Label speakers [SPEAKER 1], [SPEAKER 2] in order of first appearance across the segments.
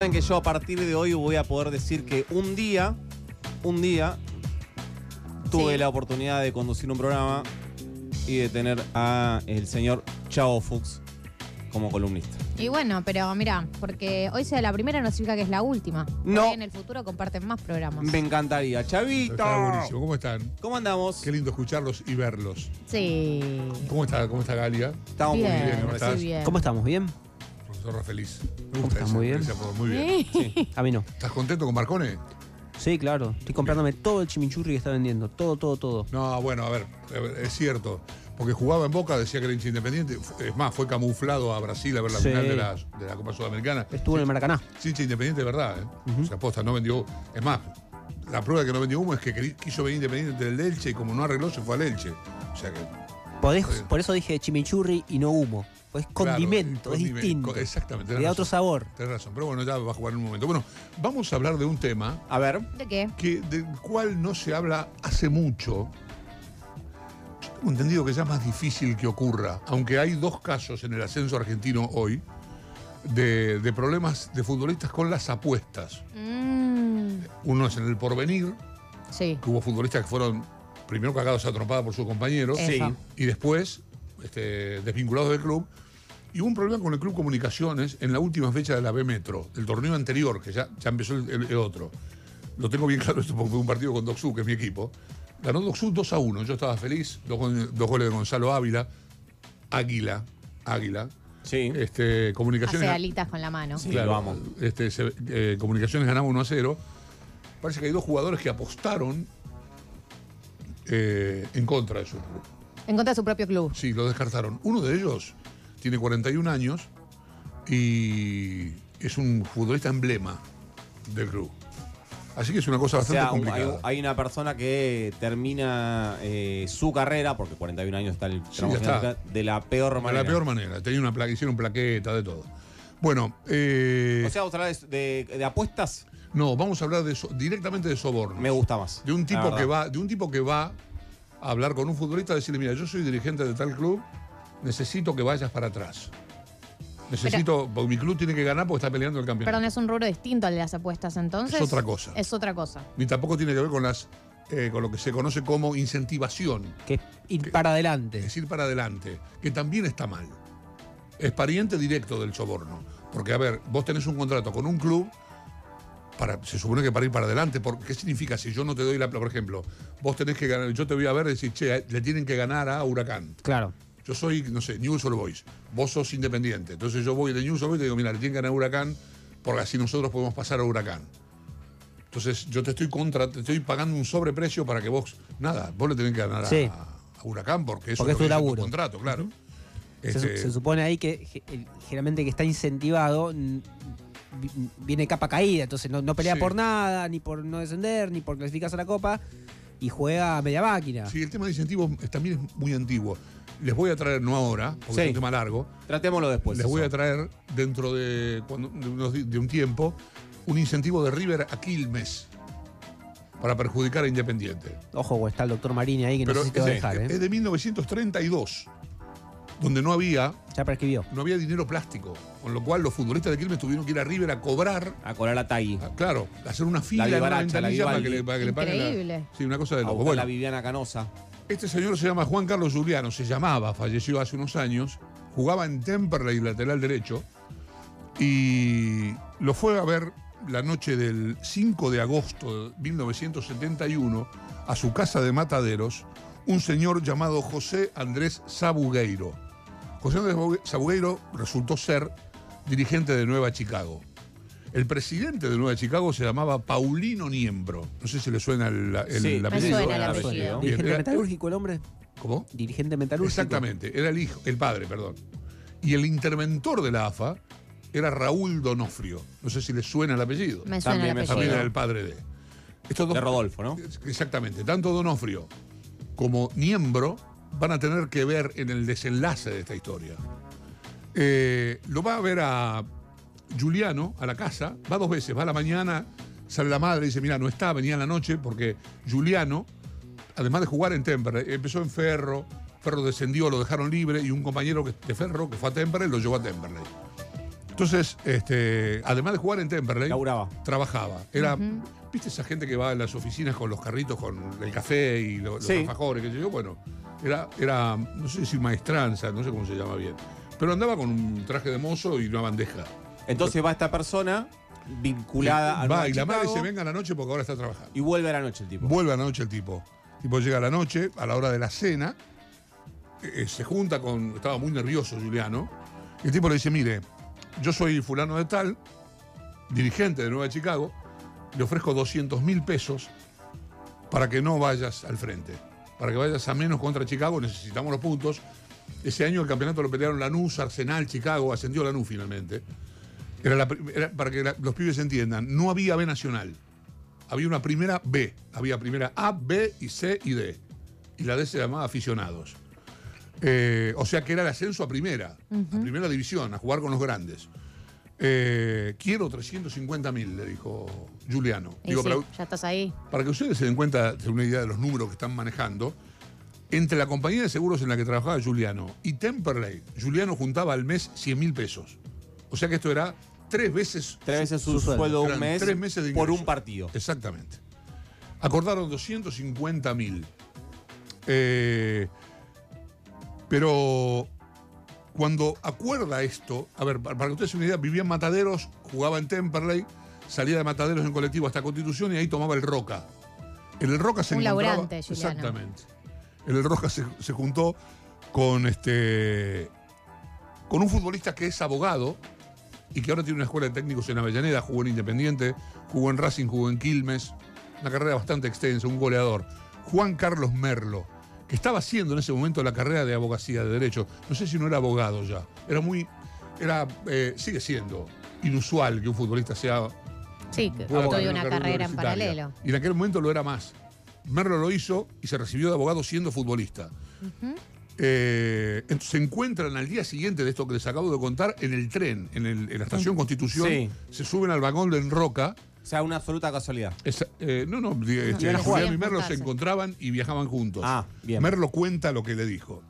[SPEAKER 1] Saben que yo a partir de hoy voy a poder decir que un día, un día, tuve
[SPEAKER 2] Sí.
[SPEAKER 1] la oportunidad de conducir un programa y de tener a el señor Chavo Fuchs como columnista.
[SPEAKER 2] Y bueno, pero mira, porque hoy sea la primera no significa que es la última. Por
[SPEAKER 1] No.
[SPEAKER 2] ahí en el futuro comparten más programas.
[SPEAKER 1] Me encantaría. Chavito.
[SPEAKER 3] Está buenísimo. ¿Cómo están?
[SPEAKER 1] ¿Cómo andamos?
[SPEAKER 3] Qué lindo escucharlos y verlos.
[SPEAKER 2] Sí.
[SPEAKER 3] ¿Cómo está, cómo está Galia?
[SPEAKER 1] Estamos
[SPEAKER 2] bien,
[SPEAKER 1] muy bien.
[SPEAKER 3] ¿cómo
[SPEAKER 2] sí,
[SPEAKER 3] estás?
[SPEAKER 2] bien.
[SPEAKER 4] ¿Cómo estamos? ¿Bien?
[SPEAKER 3] Profesor feliz. Me
[SPEAKER 4] ¿Cómo
[SPEAKER 3] gusta
[SPEAKER 4] estás?
[SPEAKER 3] ese-
[SPEAKER 4] Muy bien.
[SPEAKER 3] ese apodo, muy bien.
[SPEAKER 1] Sí.
[SPEAKER 4] A mí no.
[SPEAKER 3] ¿Estás contento con Marcone?
[SPEAKER 4] Sí, claro. Estoy comprándome todo el chimichurri que está vendiendo. Todo, todo, todo.
[SPEAKER 3] No, bueno, a ver, a ver, es cierto. Porque jugaba en Boca, decía que era hincha independiente. Es más, fue camuflado a Brasil a ver la
[SPEAKER 4] Sí.
[SPEAKER 3] final de la, de la Copa Sudamericana.
[SPEAKER 4] Estuvo en el Maracaná.
[SPEAKER 3] Sí, hincha independiente de verdad, ¿eh? O sea, posta, no vendió. Es más, la prueba de que no vendió humo es que queri- quiso venir independiente del Elche y como no arregló, se fue al Elche. O sea que.
[SPEAKER 4] Podés-
[SPEAKER 3] Sí.
[SPEAKER 4] por eso dije chimichurri y no humo. Pues es
[SPEAKER 3] claro,
[SPEAKER 4] condimento, es
[SPEAKER 3] condimento,
[SPEAKER 4] distinto.
[SPEAKER 3] Exactamente.
[SPEAKER 4] Le
[SPEAKER 3] tenés
[SPEAKER 4] da otro
[SPEAKER 3] razón.
[SPEAKER 4] sabor.
[SPEAKER 3] Tenés razón, pero bueno, ya va a jugar en un momento. Bueno, vamos a hablar de un tema
[SPEAKER 1] A ver,
[SPEAKER 2] ¿De qué?
[SPEAKER 3] que, del cual no se habla hace mucho. Yo tengo entendido que ya es más difícil que ocurra, aunque hay dos casos en el ascenso argentino hoy de, de problemas de futbolistas con las apuestas.
[SPEAKER 2] Mm,
[SPEAKER 3] Uno es en el porvenir,
[SPEAKER 2] sí.
[SPEAKER 3] que hubo futbolistas que fueron primero cagados a trompada por sus compañeros
[SPEAKER 2] Sí. Eso.
[SPEAKER 3] y después este, desvinculados del club. Y hubo un problema con el Club Comunicaciones en la última fecha de la B Metro, del torneo anterior, que ya, ya empezó el, el- el otro. Lo tengo bien claro esto porque fue un partido con Doxu, que es mi equipo. Ganó Doxu 2 a 1. Yo estaba feliz. Dos, go- dos goles de Gonzalo Ávila. Águila. Águila.
[SPEAKER 1] sí.
[SPEAKER 3] Este,
[SPEAKER 2] Hace
[SPEAKER 3] comunicaciones.
[SPEAKER 2] alitas con la mano.
[SPEAKER 1] Sí, lo amo.
[SPEAKER 3] Este, se- eh, Comunicaciones ganaba 1 a 0. Parece que hay dos jugadores que apostaron eh, en contra de su club.
[SPEAKER 2] En contra de su propio club.
[SPEAKER 3] Sí, lo descartaron. Uno de ellos tiene 41 años y es un futbolista emblema del club. Así que es una cosa
[SPEAKER 1] O
[SPEAKER 3] bastante
[SPEAKER 1] sea, un- hay,
[SPEAKER 3] complicada.
[SPEAKER 1] hay una persona que termina eh, su carrera, porque 41 años está el
[SPEAKER 3] Sí, ya está.
[SPEAKER 1] de la peor
[SPEAKER 3] De
[SPEAKER 1] manera.
[SPEAKER 3] la peor manera. Tenía una placa, hicieron plaqueta, de todo. Bueno, eh,
[SPEAKER 1] O sea, vos hablás de, de- de apuestas,
[SPEAKER 3] no, vamos a hablar de so- directamente de sobornos.
[SPEAKER 1] me gusta más.
[SPEAKER 3] De un
[SPEAKER 1] la
[SPEAKER 3] tipo
[SPEAKER 1] verdad.
[SPEAKER 3] que va, de un tipo que va a hablar con un futbolista, a decirle, mira, yo soy dirigente de tal club, necesito que vayas para atrás. Necesito, porque mi club tiene que ganar porque está peleando el campeonato.
[SPEAKER 2] Perdón, es un rubro distinto al de las apuestas, entonces.
[SPEAKER 3] Es otra cosa.
[SPEAKER 2] Es otra cosa.
[SPEAKER 3] Ni tampoco tiene que ver con las eh, con lo que se conoce como incentivación,
[SPEAKER 4] Que es ir para
[SPEAKER 3] es
[SPEAKER 4] adelante.
[SPEAKER 3] decir, para adelante, que también está mal. Es pariente directo del soborno. Porque, a ver, vos tenés un contrato con un club, para, se supone que para ir para adelante, por- ¿qué significa si yo no te doy la... pla- Por ejemplo, vos tenés que ganar, yo te voy a ver y decir, che, le tienen que ganar a Huracán.
[SPEAKER 4] Claro.
[SPEAKER 3] Yo soy, no sé, News All Boys. Vos sos independiente. Entonces yo voy de News All Boys y te digo, mira, le tienen que ganar a Huracán porque así nosotros podemos pasar a Huracán. Entonces yo te estoy contra, te estoy pagando un sobreprecio para que vos, nada, vos le tenés que ganar a,
[SPEAKER 4] Sí.
[SPEAKER 3] a Huracán porque eso
[SPEAKER 4] Porque
[SPEAKER 3] es lo que dice
[SPEAKER 4] es tu
[SPEAKER 3] tu
[SPEAKER 4] laburo.
[SPEAKER 3] contrato, claro.
[SPEAKER 4] Se su-
[SPEAKER 3] Este,
[SPEAKER 4] Se, supone ahí que ge- el- generalmente que está incentivado mm, vi- viene capa caída. Entonces no, no pelea
[SPEAKER 3] Sí.
[SPEAKER 4] por nada, ni por no descender, ni por clasificarse a la copa. Y juega a media máquina.
[SPEAKER 3] sí, el tema de incentivos es- también es muy antiguo. Les voy a traer, no ahora, porque
[SPEAKER 1] Sí.
[SPEAKER 3] es un tema largo,
[SPEAKER 1] Tratémoslo después.
[SPEAKER 3] les voy
[SPEAKER 1] Pues eso.
[SPEAKER 3] a traer dentro de, cuando- de unos di- de un tiempo un incentivo de River a Quilmes para perjudicar a Independiente.
[SPEAKER 4] Ojo, o está el doctor Marini ahí que no sé si te va a
[SPEAKER 3] es, este,
[SPEAKER 4] dejar. ¿eh?
[SPEAKER 3] es de 1932, donde no había,
[SPEAKER 4] Ya prescribió.
[SPEAKER 3] no había dinero plástico, con lo cual los futbolistas de Quilmes tuvieron que ir a River a cobrar,
[SPEAKER 1] A colar a Tagui.
[SPEAKER 3] a- claro, a hacer una fila en una
[SPEAKER 1] vivaracha, la
[SPEAKER 3] ventanilla para que
[SPEAKER 1] Vivaldi.
[SPEAKER 3] le, para que le paguen. la-
[SPEAKER 2] Increíble.
[SPEAKER 3] sí, una cosa de
[SPEAKER 1] A
[SPEAKER 3] loco.
[SPEAKER 1] buscar
[SPEAKER 3] Bueno,
[SPEAKER 1] la Viviana Canosa.
[SPEAKER 3] este señor se llama Juan Carlos Juliano, se llamaba, falleció hace unos años, jugaba en Temperley, lateral derecho, y lo fue a ver la noche del 5 de agosto de 1971 a su casa de mataderos un señor llamado José Andrés Sabugueiro. José Andrés Sabugue- Sabugueiro resultó ser dirigente de Nueva Chicago. El presidente de Nueva Chicago se llamaba Paulino Niembro. No sé si le suena el, el
[SPEAKER 1] Sí,
[SPEAKER 2] Me
[SPEAKER 3] apellido.
[SPEAKER 2] suena el apellido.
[SPEAKER 3] Bien,
[SPEAKER 4] Dirigente
[SPEAKER 3] era-
[SPEAKER 4] metalúrgico el hombre.
[SPEAKER 3] ¿Cómo?
[SPEAKER 4] Dirigente metalúrgico.
[SPEAKER 3] Exactamente, era el hijo, el padre, perdón. Y el interventor de la AFA era Raúl Donofrio. No sé si le suena el apellido.
[SPEAKER 2] Me suena
[SPEAKER 1] También
[SPEAKER 2] el
[SPEAKER 1] me
[SPEAKER 2] apellido.
[SPEAKER 3] También
[SPEAKER 1] suena.
[SPEAKER 3] era el padre de. Estos
[SPEAKER 1] De Rodolfo, ¿no?
[SPEAKER 3] Exactamente, tanto Donofrio como Niembro van a tener que ver en el desenlace de esta historia. Eh, lo va a ver a Juliano a la casa, va dos veces, va a la mañana, sale la madre y dice, mira, no está, venía a la noche, porque Juliano, además de jugar en Temperley, empezó en Ferro, Ferro descendió, lo dejaron libre, y un compañero que- de Ferro que fue a Temperley lo llevó a Temperley. Entonces, este, además de jugar en Temperley,
[SPEAKER 1] Laburaba.
[SPEAKER 3] trabajaba. Era,
[SPEAKER 2] Ujú.
[SPEAKER 3] ¿viste esa gente que va a las oficinas con los carritos, con el café y lo- los
[SPEAKER 1] Sí.
[SPEAKER 3] alfajores? Que yo, bueno, era, era, no sé si maestranza, no sé cómo se llama bien. Pero andaba con un traje de mozo y una bandeja.
[SPEAKER 1] Entonces va esta persona vinculada al
[SPEAKER 3] Va,
[SPEAKER 1] Nueva
[SPEAKER 3] y la madre
[SPEAKER 1] Chicago,
[SPEAKER 3] se venga a la noche porque ahora está trabajando.
[SPEAKER 1] y vuelve a la noche el tipo.
[SPEAKER 3] Vuelve a la noche el tipo. El tipo llega a la noche, a la hora de la cena, eh, se junta con. Estaba muy nervioso Juliano. Y el tipo le dice: Mire, yo soy fulano de tal, dirigente de Nueva Chicago, le ofrezco 200 mil pesos para que no vayas al frente. Para que vayas a menos contra Chicago, necesitamos los puntos. Ese año el campeonato lo pelearon Lanús, Arsenal, Chicago, ascendió Lanús finalmente. Era la pri- era- para que la- los pibes entiendan, no había B nacional había una primera B, había primera A, B y C y D. Y la D se llamaba aficionados. Eh, o sea que era el ascenso a primera, a primera división, a jugar con los grandes. Eh, quiero 350 mil, le dijo Juliano.
[SPEAKER 2] Y
[SPEAKER 3] Digo,
[SPEAKER 2] sí,
[SPEAKER 3] para,
[SPEAKER 2] ya estás ahí.
[SPEAKER 3] para que ustedes se den cuenta de una idea de los números que están manejando, entre la compañía de seguros en la que trabajaba Juliano y Temperley, Juliano juntaba al mes 100 mil pesos. O sea que esto era tres veces
[SPEAKER 1] Tres veces su,
[SPEAKER 4] su sueldo.
[SPEAKER 1] sueldo un
[SPEAKER 3] Eran
[SPEAKER 1] mes
[SPEAKER 3] tres meses de
[SPEAKER 1] por
[SPEAKER 3] ingreso.
[SPEAKER 1] un partido.
[SPEAKER 3] Exactamente. Acordaron 250 mil. Eh, pero cuando acuerda esto, a ver, pa- para que ustedes se den una idea, vivía en Mataderos, jugaba en Temperley, salía de Mataderos en colectivo hasta Constitución y ahí tomaba el Roca. En el Roca se
[SPEAKER 2] Un
[SPEAKER 3] encontraba-
[SPEAKER 2] laburante, Juliano.
[SPEAKER 3] Exactamente. En el Roca se, se juntó con este con un futbolista que es abogado y que ahora tiene una escuela de técnicos en Avellaneda, jugó en Independiente, jugó en Racing, jugó en Quilmes, una carrera bastante extensa, un goleador. Juan Carlos Merlo, que estaba haciendo en ese momento la carrera de abogacía, de derecho. No sé si no era abogado ya. Era muy. Era, eh, sigue siendo inusual que un futbolista sea
[SPEAKER 2] Sí, que
[SPEAKER 3] Pudo
[SPEAKER 2] tuve
[SPEAKER 3] tener
[SPEAKER 2] una carrera en
[SPEAKER 3] universitaria.
[SPEAKER 2] paralelo.
[SPEAKER 3] Y en aquel momento lo era más. Merlo lo hizo y se recibió de abogado siendo futbolista. Eh, ent- se encuentran al día siguiente de esto que les acabo de contar en el tren, en, el- en la estación Constitución.
[SPEAKER 1] Sí.
[SPEAKER 3] Se suben al vagón de Enroca.
[SPEAKER 1] O sea, una absoluta casualidad.
[SPEAKER 3] Esa- eh, no, no, di- este,
[SPEAKER 1] iban a jugar.
[SPEAKER 3] Juliano y Merlo se
[SPEAKER 2] Juntarse.
[SPEAKER 3] encontraban y viajaban juntos.
[SPEAKER 1] Ah, bien.
[SPEAKER 3] Merlo cuenta lo que le dijo.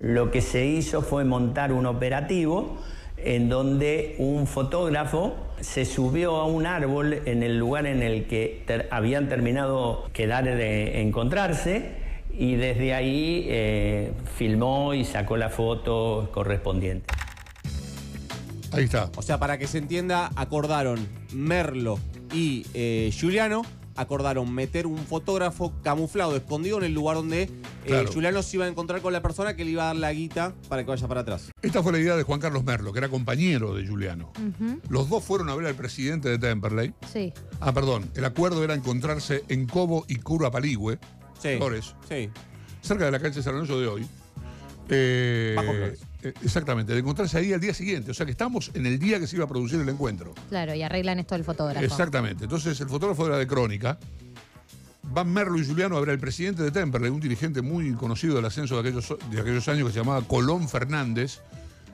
[SPEAKER 5] Lo que se hizo fue montar un operativo en donde un fotógrafo se subió a un árbol en el lugar en el que ter- habían terminado quedar de encontrarse y desde ahí eh, filmó y sacó la foto correspondiente.
[SPEAKER 3] Ahí está.
[SPEAKER 1] O sea, para que se entienda, acordaron Merlo y eh, Juliano, acordaron meter un fotógrafo camuflado, escondido en el lugar donde eh,
[SPEAKER 3] Claro.
[SPEAKER 1] Juliano se iba a encontrar con la persona que le iba a dar la guita para que vaya para atrás.
[SPEAKER 3] Esta fue la idea de Juan Carlos Merlo, que era compañero de Juliano. Los dos fueron a ver al presidente de Temperley.
[SPEAKER 2] Sí.
[SPEAKER 3] Ah, perdón. El acuerdo era encontrarse en Cobo y Cura Paligüe,
[SPEAKER 1] Sí.
[SPEAKER 3] Flores.
[SPEAKER 1] Sí.
[SPEAKER 3] cerca de la cancha de San Lorenzo de hoy. Eh,
[SPEAKER 1] Bajo Flores.
[SPEAKER 3] eh, exactamente, de encontrarse ahí al día siguiente. O sea que estamos en el día que se iba a producir el encuentro.
[SPEAKER 2] Claro, y arreglan esto del fotógrafo.
[SPEAKER 3] Exactamente. Entonces, el fotógrafo era de Crónica. Van Merlo y Juliano a ver al presidente de Temperley, un dirigente muy conocido del ascenso de aquellos, de aquellos años que se llamaba Colón Fernández.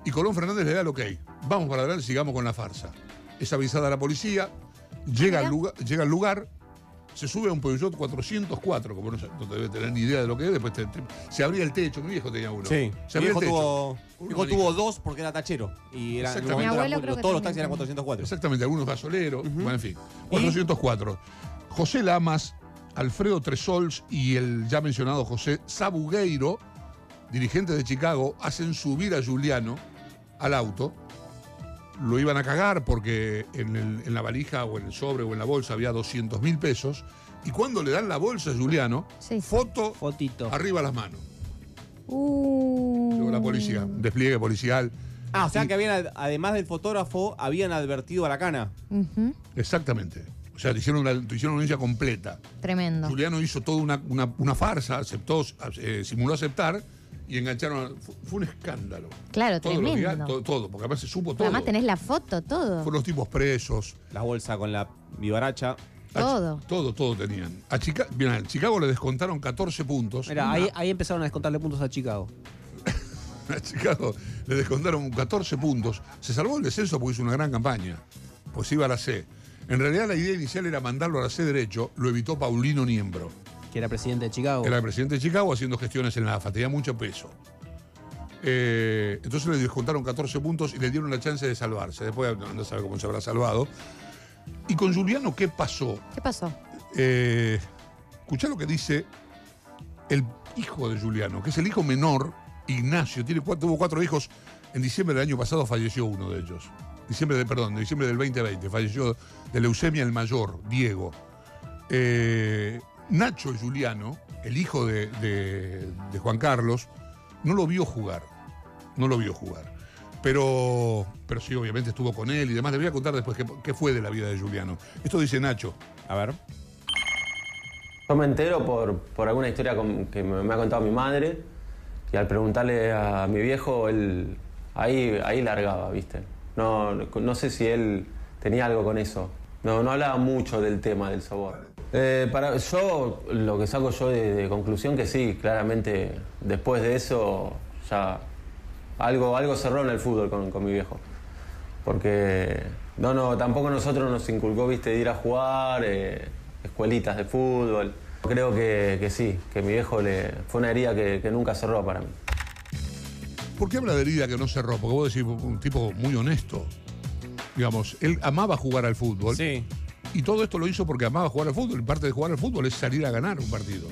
[SPEAKER 3] Y Colón Fernández le da el ok. Vamos para adelante, sigamos con la farsa. Es avisada la policía, llega, al
[SPEAKER 2] Mira.
[SPEAKER 3] lugar, llega al lugar, se sube a un Peugeot 404, como no, sé, no te debe tener ni idea de lo que es. Después te- te- se abría el techo, mi viejo tenía uno.
[SPEAKER 1] Sí.
[SPEAKER 3] Se
[SPEAKER 1] Mi
[SPEAKER 3] abría el
[SPEAKER 1] hijo
[SPEAKER 3] techo.
[SPEAKER 1] tuvo, mi
[SPEAKER 3] Una
[SPEAKER 1] hijo
[SPEAKER 3] manija.
[SPEAKER 1] tuvo dos porque era tachero. Y era, en un
[SPEAKER 3] Exactamente.
[SPEAKER 1] momento
[SPEAKER 2] Mi
[SPEAKER 1] eran
[SPEAKER 2] abuelo
[SPEAKER 1] muy-
[SPEAKER 2] creo que
[SPEAKER 1] todos los
[SPEAKER 2] también
[SPEAKER 1] taxis eran
[SPEAKER 2] tenía.
[SPEAKER 1] 404.
[SPEAKER 3] Exactamente, algunos gasoleros, bueno, en fin.
[SPEAKER 1] ¿Y?
[SPEAKER 3] 404. José Lamas, Alfredo Tresols y el ya mencionado José Sabugueiro, dirigentes de Chicago, hacen subir a Juliano al auto. Lo iban a cagar porque en, el- en la valija o en el sobre o en la bolsa había 200 mil pesos. Y cuando le dan la bolsa a Juliano,
[SPEAKER 2] Sí.
[SPEAKER 3] foto
[SPEAKER 4] Fotito.
[SPEAKER 3] arriba las manos.
[SPEAKER 2] Uh.
[SPEAKER 3] Luego la policía, despliegue policial.
[SPEAKER 1] Ah, o sea que habían, ad- además del fotógrafo, habían advertido a la cana.
[SPEAKER 2] Ujú.
[SPEAKER 3] Exactamente. O sea, te hicieron una, te hicieron una denuncia completa.
[SPEAKER 2] Tremendo.
[SPEAKER 3] Juliano hizo toda una, una- una farsa, aceptó, eh, simuló aceptar y engancharon. a- Fue, fue un escándalo.
[SPEAKER 2] Claro,
[SPEAKER 3] Todos los
[SPEAKER 2] tremendo.
[SPEAKER 3] diarios, todo, todo, porque además se supo todo.
[SPEAKER 2] Además tenés la foto, todo.
[SPEAKER 3] Fueron los tipos presos.
[SPEAKER 1] La bolsa con la vivaracha.
[SPEAKER 3] A-
[SPEAKER 2] Todo.
[SPEAKER 3] Todo, todo tenían. A, Chica- bien, a Chicago le descontaron 14 puntos.
[SPEAKER 4] Mirá, ahí, ahí empezaron a descontarle puntos a Chicago.
[SPEAKER 3] A Chicago le descontaron 14 puntos. Se salvó el descenso porque hizo una gran campaña. Pues iba a la C. En realidad la idea inicial era mandarlo a la C derecho, lo evitó Paulino Niembro.
[SPEAKER 4] Que era presidente de Chicago.
[SPEAKER 3] Era el presidente de Chicago haciendo gestiones en la AFA, tenía mucho peso. Eh, entonces le descontaron 14 puntos y le dieron la chance de salvarse. Después no, no sabe cómo se habrá salvado. Y con Juliano, ¿qué pasó?
[SPEAKER 2] ¿Qué pasó?
[SPEAKER 3] Eh, escuchá lo que dice el hijo de Juliano, que es el hijo menor, Ignacio. Tiene cuatro, tuvo cuatro hijos. En diciembre del año pasado falleció uno de ellos. Diciembre de, perdón, en diciembre del 2020 falleció de leucemia el mayor, Diego. Eh, Nacho Juliano, el hijo de, de- de Juan Carlos, no lo vio jugar. No lo vio jugar. Pero, pero sí, obviamente estuvo con él y demás. Les voy a contar después qué, qué fue de la vida de Juliano. Esto dice Nacho.
[SPEAKER 1] A ver.
[SPEAKER 6] Yo me entero por, por alguna historia con- que me, me ha contado mi madre y al preguntarle a mi viejo, él ahí, ahí largaba, ¿viste? No, no sé si él tenía algo con eso. No, no hablaba mucho del tema del soborno. Eh, para, yo lo que saco yo de, de conclusión que sí, claramente después de eso ya algo, algo cerró en el fútbol con, con mi viejo. Porque no, no, tampoco nosotros nos inculcó, viste, de ir a jugar, eh, escuelitas de fútbol. Creo que, que sí, que mi viejo le, fue una herida que, que nunca cerró para mí.
[SPEAKER 3] ¿Por qué habla de herida que no cerró? Porque vos decís un tipo muy honesto. Digamos, él amaba jugar al fútbol.
[SPEAKER 1] Sí.
[SPEAKER 3] Y todo esto lo hizo porque amaba jugar al fútbol. Y parte de jugar al fútbol es salir a ganar un partido.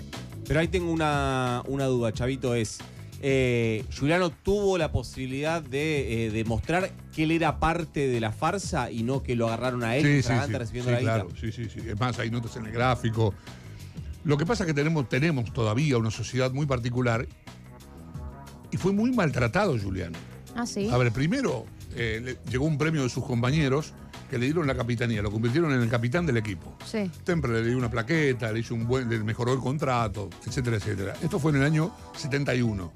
[SPEAKER 1] Pero ahí tengo una, una duda, Chavito, es. eh, Juliano tuvo la posibilidad de eh, demostrar que él era parte de la farsa y no que lo agarraron a él infragante recibiendo
[SPEAKER 3] Sí,
[SPEAKER 1] la
[SPEAKER 3] claro.
[SPEAKER 1] guita.
[SPEAKER 3] Sí, sí, sí. Es más, hay notas en el gráfico. Lo que pasa es que tenemos, tenemos todavía una sociedad muy particular. Y fue muy maltratado, Juliano.
[SPEAKER 2] Ah, sí.
[SPEAKER 3] A ver, primero eh, le- llegó un premio de sus compañeros que le dieron la capitanía, lo convirtieron en el capitán del equipo.
[SPEAKER 2] Sí.
[SPEAKER 3] Siempre le dio una plaqueta, le hizo un buen, le mejoró el contrato, etcétera, etcétera. Esto fue en el año 71.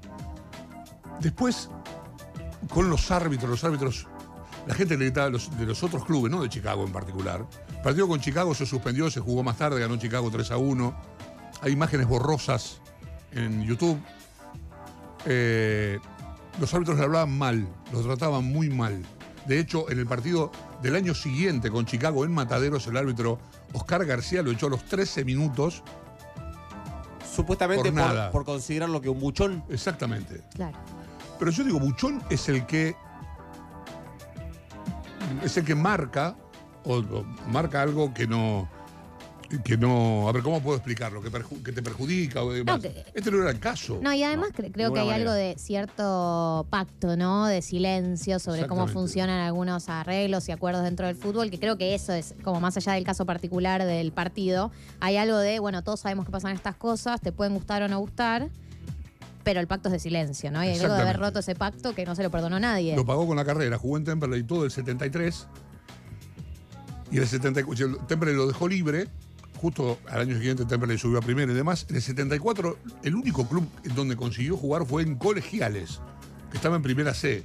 [SPEAKER 3] Después, con los árbitros, los árbitros, la gente le gritaba de los, de los otros clubes, no de Chicago en particular. El partido con Chicago se suspendió, se jugó más tarde, ganó Chicago 3 a 1. Hay imágenes borrosas en YouTube. Eh, los árbitros le hablaban mal, los trataban muy mal. De hecho, en el partido del año siguiente con Chicago en Mataderos, el árbitro Oscar García lo echó a los 13 minutos.
[SPEAKER 1] Supuestamente
[SPEAKER 3] Por
[SPEAKER 1] por,
[SPEAKER 3] nada.
[SPEAKER 1] por considerarlo que un buchón.
[SPEAKER 3] Exactamente.
[SPEAKER 2] Claro.
[SPEAKER 3] Pero yo digo, Buchón es el que. Es el que marca. O, o marca algo que no. Que no. A ver, ¿cómo puedo explicarlo? Que, perju- que te perjudica o demás.
[SPEAKER 2] No, que-
[SPEAKER 3] Este no era el caso.
[SPEAKER 2] No, y además cre- creo que
[SPEAKER 1] ninguna
[SPEAKER 2] hay
[SPEAKER 1] manera.
[SPEAKER 2] algo de cierto pacto, ¿no? De silencio sobre cómo
[SPEAKER 3] Exactamente.
[SPEAKER 2] funcionan algunos arreglos y acuerdos dentro del fútbol, que creo que eso es, como más allá del caso particular del partido, hay algo de, bueno, todos sabemos que pasan estas cosas, te pueden gustar o no gustar, pero el pacto es de silencio, ¿no? Y hay algo de haber
[SPEAKER 3] Exactamente.
[SPEAKER 2] roto ese pacto que no se lo perdonó nadie.
[SPEAKER 3] Lo pagó con la carrera. Jugó en Temperley todo el 73. Y en el 74. Temperley lo dejó libre. Justo al año siguiente Temperley subió a primera y demás. En el 74, el único club en donde consiguió jugar fue en Colegiales, que estaba en primera C.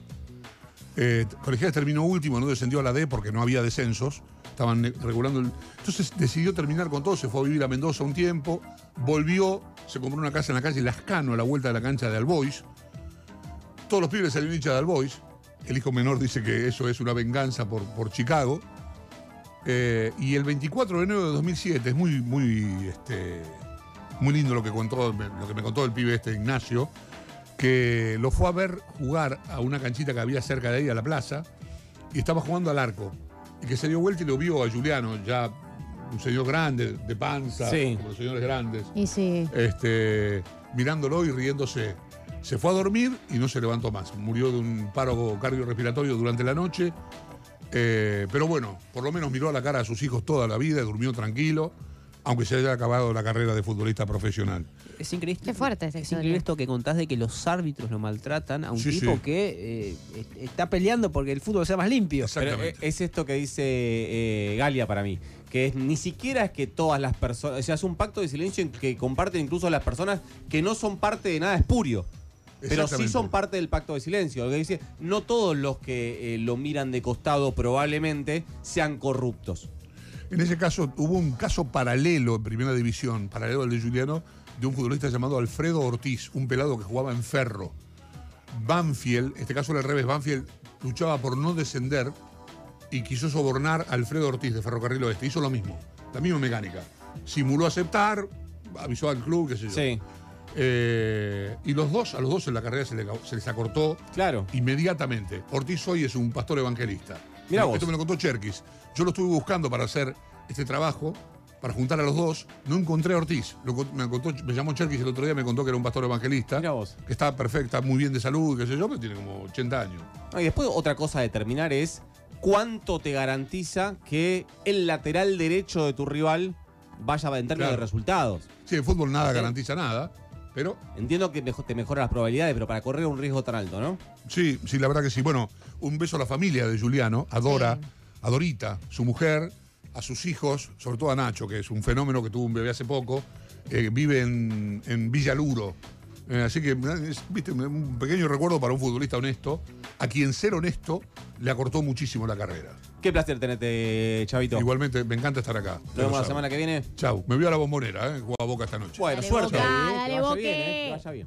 [SPEAKER 3] Eh, Colegiales terminó último, no descendió a la D porque no había descensos. Estaban eh, regulando el... Entonces decidió terminar con todo, se fue a vivir a Mendoza un tiempo, volvió, se compró una casa en la calle Lascano a la vuelta de la cancha de Albois. Todos los pibes salieron hinchas de Albois. El hijo menor dice que eso es una venganza por, por Chicago. Eh, y el 24 de enero de 2007, es muy, muy, este, muy lindo lo que, contó, lo que me contó el pibe este Ignacio, que lo fue a ver jugar a una canchita que había cerca de ahí, a la plaza, y estaba jugando al arco. Y que se dio vuelta y lo vio a Juliano, ya un señor grande, de panza,
[SPEAKER 1] Sí.
[SPEAKER 3] como los señores grandes
[SPEAKER 2] Y sí.
[SPEAKER 3] este, mirándolo y riéndose. Se fue a dormir y no se levantó más. Murió de un paro cardiorrespiratorio durante la noche. Eh, pero bueno, por lo menos miró a la cara a sus hijos toda la vida, y durmió tranquilo, aunque se haya acabado la carrera de futbolista profesional.
[SPEAKER 4] Es increíble.
[SPEAKER 2] Qué fuerte esa
[SPEAKER 4] Es
[SPEAKER 2] historia.
[SPEAKER 4] increíble esto que contás de que los árbitros lo maltratan a un
[SPEAKER 3] Sí,
[SPEAKER 4] tipo
[SPEAKER 3] sí.
[SPEAKER 4] que eh, est- está peleando porque el fútbol sea más limpio.
[SPEAKER 1] Pero
[SPEAKER 3] Exactamente.
[SPEAKER 1] eh, es esto que dice eh, Galia para mí, que es ni siquiera es que todas las personas, o sea, es un pacto de silencio en que comparten incluso las personas que no son parte de nada espurio. Pero sí
[SPEAKER 3] Exactamente.
[SPEAKER 1] son parte del pacto de silencio. Lo que dice, no todos los que eh, lo miran de costado probablemente sean corruptos.
[SPEAKER 3] En ese caso, hubo un caso paralelo en primera división, paralelo al de Juliano, de un futbolista llamado Alfredo Ortiz, un pelado que jugaba en ferro. Banfield, este caso era al revés, Banfield luchaba por no descender y quiso sobornar a Alfredo Ortiz de Ferrocarril Oeste. Hizo lo mismo, la misma mecánica. Simuló aceptar, avisó al club, qué sé yo.
[SPEAKER 1] Sí.
[SPEAKER 3] Eh, y los dos, a los dos en la carrera se les, se les acortó
[SPEAKER 1] Claro.
[SPEAKER 3] inmediatamente. Ortiz hoy es un pastor evangelista.
[SPEAKER 1] Mirá
[SPEAKER 3] Esto
[SPEAKER 1] vos.
[SPEAKER 3] me lo contó Cherkis. Yo lo estuve buscando para hacer este trabajo, para juntar a los dos. No encontré a Ortiz. Lo con- me, contó- me llamó Cherkis el otro día, me contó que era un pastor evangelista.
[SPEAKER 1] Mirá vos.
[SPEAKER 3] Que está perfecta, muy bien de salud, qué sé yo, pero tiene como 80 años.
[SPEAKER 1] No, y después otra cosa a determinar es cuánto te garantiza que el lateral derecho de tu rival vaya en términos
[SPEAKER 3] Claro.
[SPEAKER 1] de resultados.
[SPEAKER 3] Sí, en fútbol nada garantiza nada, pero
[SPEAKER 1] Entiendo que mejo- te mejoran las probabilidades, pero para correr un riesgo tan alto, ¿no?
[SPEAKER 3] Sí, sí, la verdad que sí. Bueno, un beso a la familia de Juliano, a Dora, a Dorita, su mujer, a sus hijos, sobre todo a Nacho, que es un fenómeno que tuvo un bebé hace poco, eh, vive en, en Villaluro. Eh, así que, eh, es, viste, un pequeño recuerdo para un futbolista honesto, a quien ser honesto le acortó muchísimo la carrera.
[SPEAKER 1] Qué placer tenerte, Chavito.
[SPEAKER 3] Igualmente, me encanta estar acá.
[SPEAKER 1] Nos vemos la semana que viene.
[SPEAKER 3] Chau, me voy a la bombonera, eh, juega Boca esta noche.
[SPEAKER 1] Bueno,
[SPEAKER 2] Dale,
[SPEAKER 1] suerte.
[SPEAKER 2] Boca,
[SPEAKER 1] eh, que
[SPEAKER 2] dale,
[SPEAKER 1] vaya
[SPEAKER 2] Boque.
[SPEAKER 1] bien, eh, que vaya bien.